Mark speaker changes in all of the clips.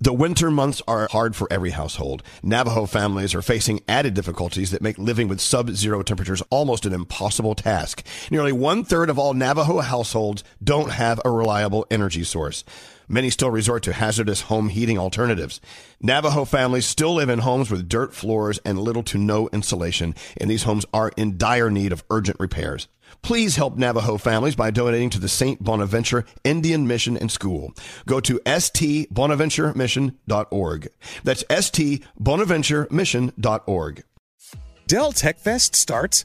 Speaker 1: The winter months are hard for every household. Navajo families are facing added difficulties that make living with sub zero temperatures almost an impossible task. Nearly one third of all Navajo households don't have a reliable energy source. Many still resort to hazardous home heating alternatives. Navajo families still live in homes with dirt floors and little to no insulation, and these homes are in dire need of urgent repairs. Please help Navajo families by donating to the St. Bonaventure Indian Mission and School. Go to stbonaventuremission.org. That's stbonaventuremission.org.
Speaker 2: Dell Tech Fest starts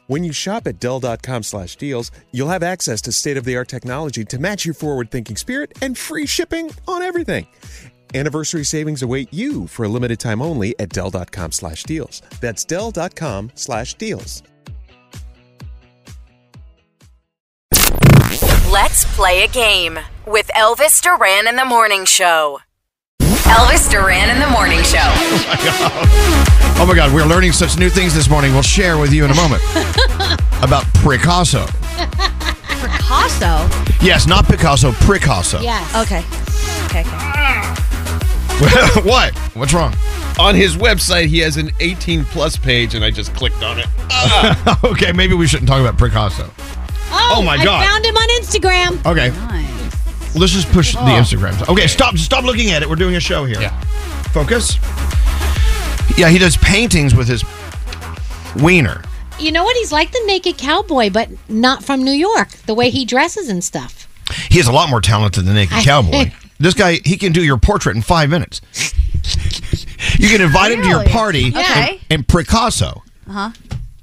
Speaker 2: When you shop at Dell.com slash deals, you'll have access to state of the art technology to match your forward thinking spirit and free shipping on everything. Anniversary savings await you for a limited time only at Dell.com slash deals. That's Dell.com slash deals.
Speaker 3: Let's play a game with Elvis Duran in the Morning Show. Elvis Duran in the Morning Show.
Speaker 1: Oh my God, we're learning such new things this morning. We'll share with you in a moment about Picasso.
Speaker 4: Picasso.
Speaker 1: Yes, not Picasso, Picasso.
Speaker 4: Yes.
Speaker 5: Okay. Okay. okay.
Speaker 1: what? What's wrong?
Speaker 6: On his website, he has an 18 plus page, and I just clicked on it. Ah!
Speaker 1: okay, maybe we shouldn't talk about Picasso.
Speaker 4: Oh,
Speaker 6: my God.
Speaker 4: I found him on Instagram.
Speaker 1: Okay,
Speaker 5: Nice.
Speaker 1: let's just push the Instagram. Okay, stop, stop looking at it. We're doing a show here.
Speaker 6: Yeah.
Speaker 1: Focus. Yeah, he does paintings with his wiener.
Speaker 4: You know what? He's like the naked cowboy, but not from New York. The way he dresses and stuff.
Speaker 1: He is a lot more talented than Naked Cowboy. this guy, he can do your portrait in five minutes. you can invite him to your
Speaker 5: Really?
Speaker 1: party,
Speaker 5: Okay.
Speaker 1: and, and Picasso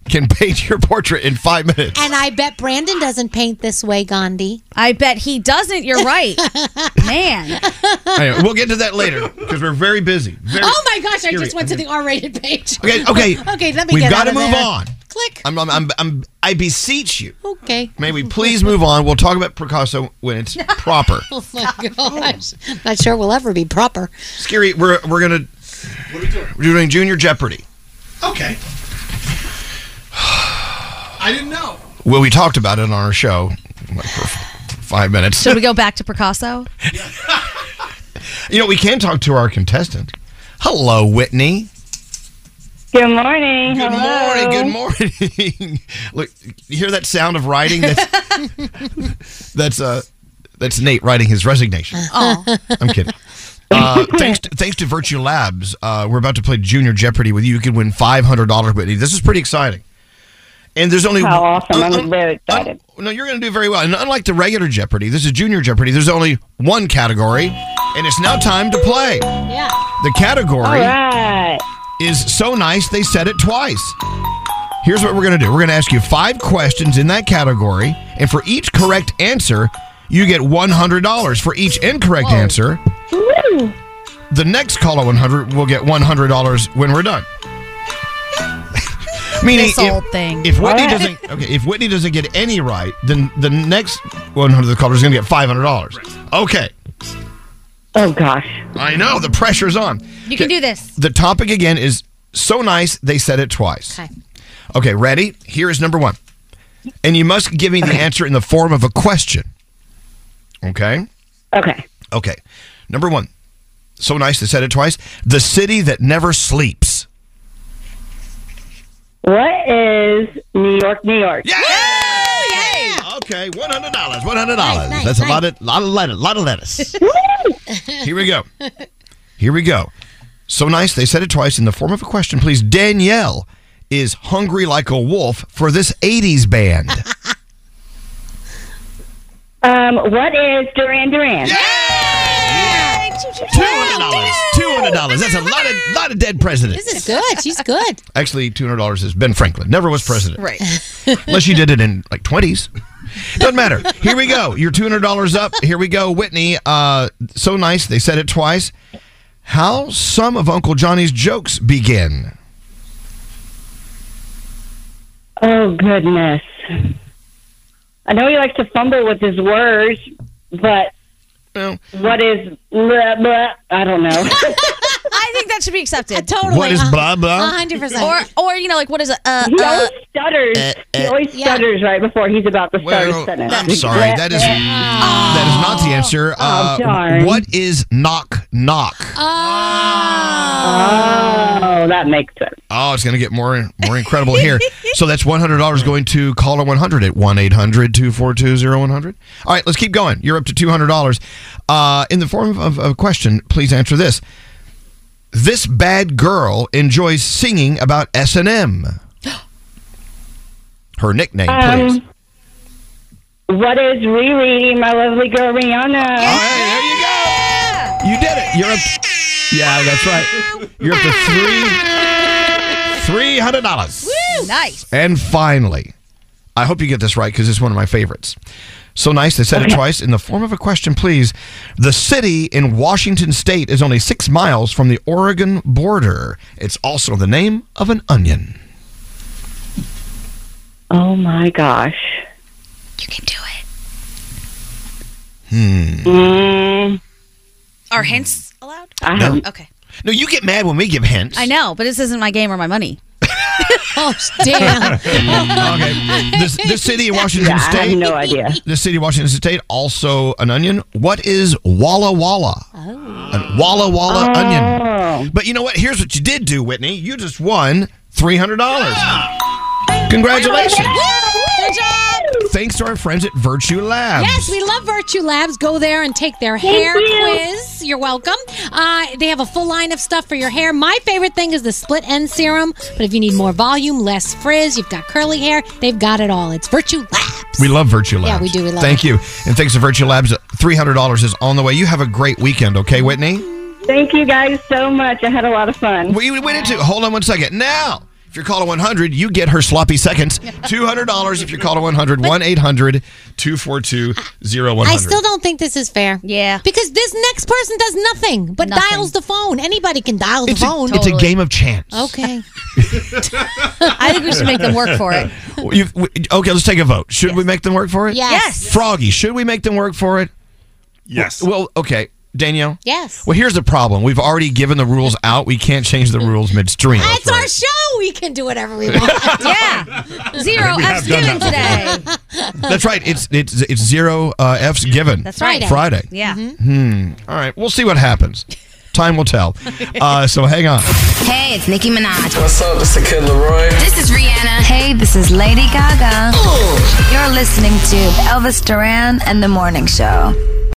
Speaker 1: can paint your portrait in five minutes.
Speaker 4: And Uh-huh. I bet Brandon doesn't paint this way, Gandhi.
Speaker 5: I bet he doesn't. You're right. Man.
Speaker 1: Anyway, we'll get to that later because we're very busy. Very-
Speaker 4: Oh my gosh! I just went to the R-rated page.
Speaker 1: Okay, okay.
Speaker 4: Okay, let me
Speaker 1: We've
Speaker 4: get
Speaker 1: gotta
Speaker 4: out of
Speaker 1: move
Speaker 4: there.
Speaker 1: on.
Speaker 4: Click.
Speaker 1: I'm, I'm, I'm, I'm, I beseech you.
Speaker 4: okay.
Speaker 1: May we please move on? We'll talk about Picasso when it's proper.
Speaker 4: Oh my gosh! Not sure we'll ever be proper.
Speaker 1: Scary, we're we're gonna. What are we doing? We're doing Junior Jeopardy.
Speaker 6: Okay. I didn't know.
Speaker 1: Well, we talked about it on our show like, for f- five minutes.
Speaker 5: Should we go back to Picasso?
Speaker 1: You know, we can talk to our contestant. Hello, Whitney.
Speaker 7: Good morning.
Speaker 1: Good morning. Good morning. Look, you hear that sound of writing? That's that's uh that's Nate writing his resignation.
Speaker 5: Oh.
Speaker 1: I'm kidding. Uh, thanks, to, thanks to Virtue Labs, uh, we're about to play Junior Jeopardy with you. You can win five hundred dollars, Whitney. This is pretty exciting. And there's only
Speaker 7: How awesome. I'm very excited.
Speaker 1: Un- no, you're going to do very well. And unlike the regular Jeopardy, this is Junior Jeopardy. There's only one category, and it's now time to play.
Speaker 4: Yeah.
Speaker 1: The category
Speaker 7: All right.
Speaker 1: is so nice they said it twice. Here's what we're going to do we're going to ask you five questions in that category, and for each correct answer, you get $100. For each incorrect answer,
Speaker 7: Woo.
Speaker 1: the next caller 100 will get $100 when we're done. Meaning,
Speaker 5: This whole thing.
Speaker 1: if Whitney
Speaker 7: All right.
Speaker 1: doesn't okay, if Whitney doesn't get any right, then the next 100 callers is going to get $500. Okay.
Speaker 7: Oh, gosh.
Speaker 1: I know the pressure's on.
Speaker 5: You can do this.
Speaker 1: The topic again is so nice they said it twice.
Speaker 4: Okay.
Speaker 1: Okay, ready? Here is number one. And you must give me the answer in the form of a question. Okay?
Speaker 7: Okay.
Speaker 1: Okay. Number one. So nice they said it twice. The city that never sleeps.
Speaker 7: What is New York, New York?
Speaker 1: Yeah!
Speaker 4: Yeah.
Speaker 1: Okay, one hundred dollars. One hundred dollars.
Speaker 4: Nice, nice,
Speaker 1: That's a
Speaker 4: nice.
Speaker 1: lot of lot of lettuce. Lot of lettuce. Here we go. Here we go. So nice. They said it twice in the form of a question. Please, Danielle is hungry like a wolf for this '80s band.
Speaker 7: Um, what is Duran Duran?
Speaker 1: Two hundred dollars. Two hundred dollars. That's a lot of lot of dead presidents.
Speaker 4: This is good. She's good.
Speaker 1: Actually, two hundred dollars is Ben Franklin. Never was president.
Speaker 5: Right.
Speaker 1: Unless you did it in like twenties. Doesn't matter. Here we go. Your two hundred dollars up. Here we go, Whitney. Uh, so nice. They said it twice. How some of Uncle Johnny's jokes begin.
Speaker 7: Oh, goodness. I know he likes to fumble with his words, but
Speaker 1: Well,
Speaker 7: what is blah, blah? I don't know.
Speaker 5: I think that should be accepted.
Speaker 4: Totally.
Speaker 1: What is blah, blah?
Speaker 4: hundred percent.
Speaker 5: Or, or you know, like what is it? Uh,
Speaker 7: He
Speaker 5: uh,
Speaker 7: always stutters. he always
Speaker 4: yeah.
Speaker 7: stutters right before he's about to start
Speaker 1: uh, well,
Speaker 7: a sentence.
Speaker 1: I'm sorry. That is that is not the answer. Uh,
Speaker 7: darn.
Speaker 1: what is knock knock?
Speaker 7: Oh, that makes sense.
Speaker 1: Oh, it's going to get more more incredible here. So that's $100 going to caller 100 at 1-800-242-0100. All right, let's keep going. You're up to $200. Uh, in the form of of a question, please answer this. This bad girl enjoys singing about S&M. Her nickname, please.
Speaker 7: Um, what is rereading my lovely girl Rihanna?
Speaker 1: All right, there you go. You did it. You're up. Yeah, that's right. You're up to three three hundred dollars.
Speaker 5: nice.
Speaker 1: And finally, I hope you get this right because it's one of my favorites. So nice they said it twice in the form of a question, please. The city in Washington State is only six miles from the Oregon border. It's also the name of an onion.
Speaker 7: Oh my gosh.
Speaker 5: You can do it.
Speaker 7: Mm,
Speaker 5: Are hints allowed?
Speaker 7: I
Speaker 1: No.
Speaker 7: have-
Speaker 5: Okay.
Speaker 1: No, you get mad when we give hints.
Speaker 5: I know, but this isn't my game or my money.
Speaker 4: oh damn.
Speaker 1: Okay. The, the city in Washington
Speaker 7: yeah, I
Speaker 1: State.
Speaker 7: have no idea.
Speaker 1: the city of Washington State, also an onion. What is Walla Walla?
Speaker 4: Oh.
Speaker 1: An Walla Walla onion. But you know what? Here's what you did do, Whitney. You just won $300. Congratulations.
Speaker 4: Good job.
Speaker 1: Thanks to our friends at Virtue Labs.
Speaker 4: Yes, we love Virtue Labs. Go there and take their hair
Speaker 7: you.
Speaker 4: quiz. You're welcome. Uh, they have a full line of stuff for your hair. My favorite thing is the split end serum, but if you need more volume, less frizz, you've got curly hair, they've got it all. It's Virtue Labs.
Speaker 1: We love Virtue Labs.
Speaker 4: we do. We love
Speaker 1: Thank
Speaker 4: it.
Speaker 1: you. And thanks to Virtue Labs, $300 is on the way. You have a great weekend, okay, Whitney?
Speaker 7: Thank you guys so much. I had a lot of fun.
Speaker 1: We we went into. Hold on one second. Now, if you're caller 100, you get her sloppy seconds. $200 if you're caller 100, 1 800 242
Speaker 4: I still don't think this is fair.
Speaker 5: Yeah.
Speaker 4: Because this next person does nothing but
Speaker 5: Nothing.
Speaker 4: dials the phone. Anybody can dial the
Speaker 1: It's a,
Speaker 4: phone.
Speaker 1: it's a game of chance.
Speaker 4: okay.
Speaker 5: I think we should make them work for it.
Speaker 1: You- w- okay, let's take a vote. Should we make them work for it?
Speaker 4: Yes.
Speaker 1: Froggy, should we make them work for it? Yes. Well, okay. Danielle?
Speaker 4: Yes.
Speaker 1: Well, here's the problem. We've already given the rules out. We can't change the rules midstream.
Speaker 4: It's our show. We can do whatever we want.
Speaker 5: Yeah. Zero F's given today.
Speaker 8: Mm-hmm.
Speaker 1: That's right. It's it's it's zero uh, F's given.
Speaker 5: That's right.
Speaker 1: Friday.
Speaker 5: Yeah.
Speaker 8: Mm-hmm.
Speaker 1: All right, we'll see what happens. Time will tell. Uh, so hang on.
Speaker 3: Hey, it's Nicki Minaj.
Speaker 9: What's up? This is Kid Leroy.
Speaker 3: This is Rihanna.
Speaker 8: Hey, this is Lady Gaga. You're listening to Elvis Duran and the Morning Show.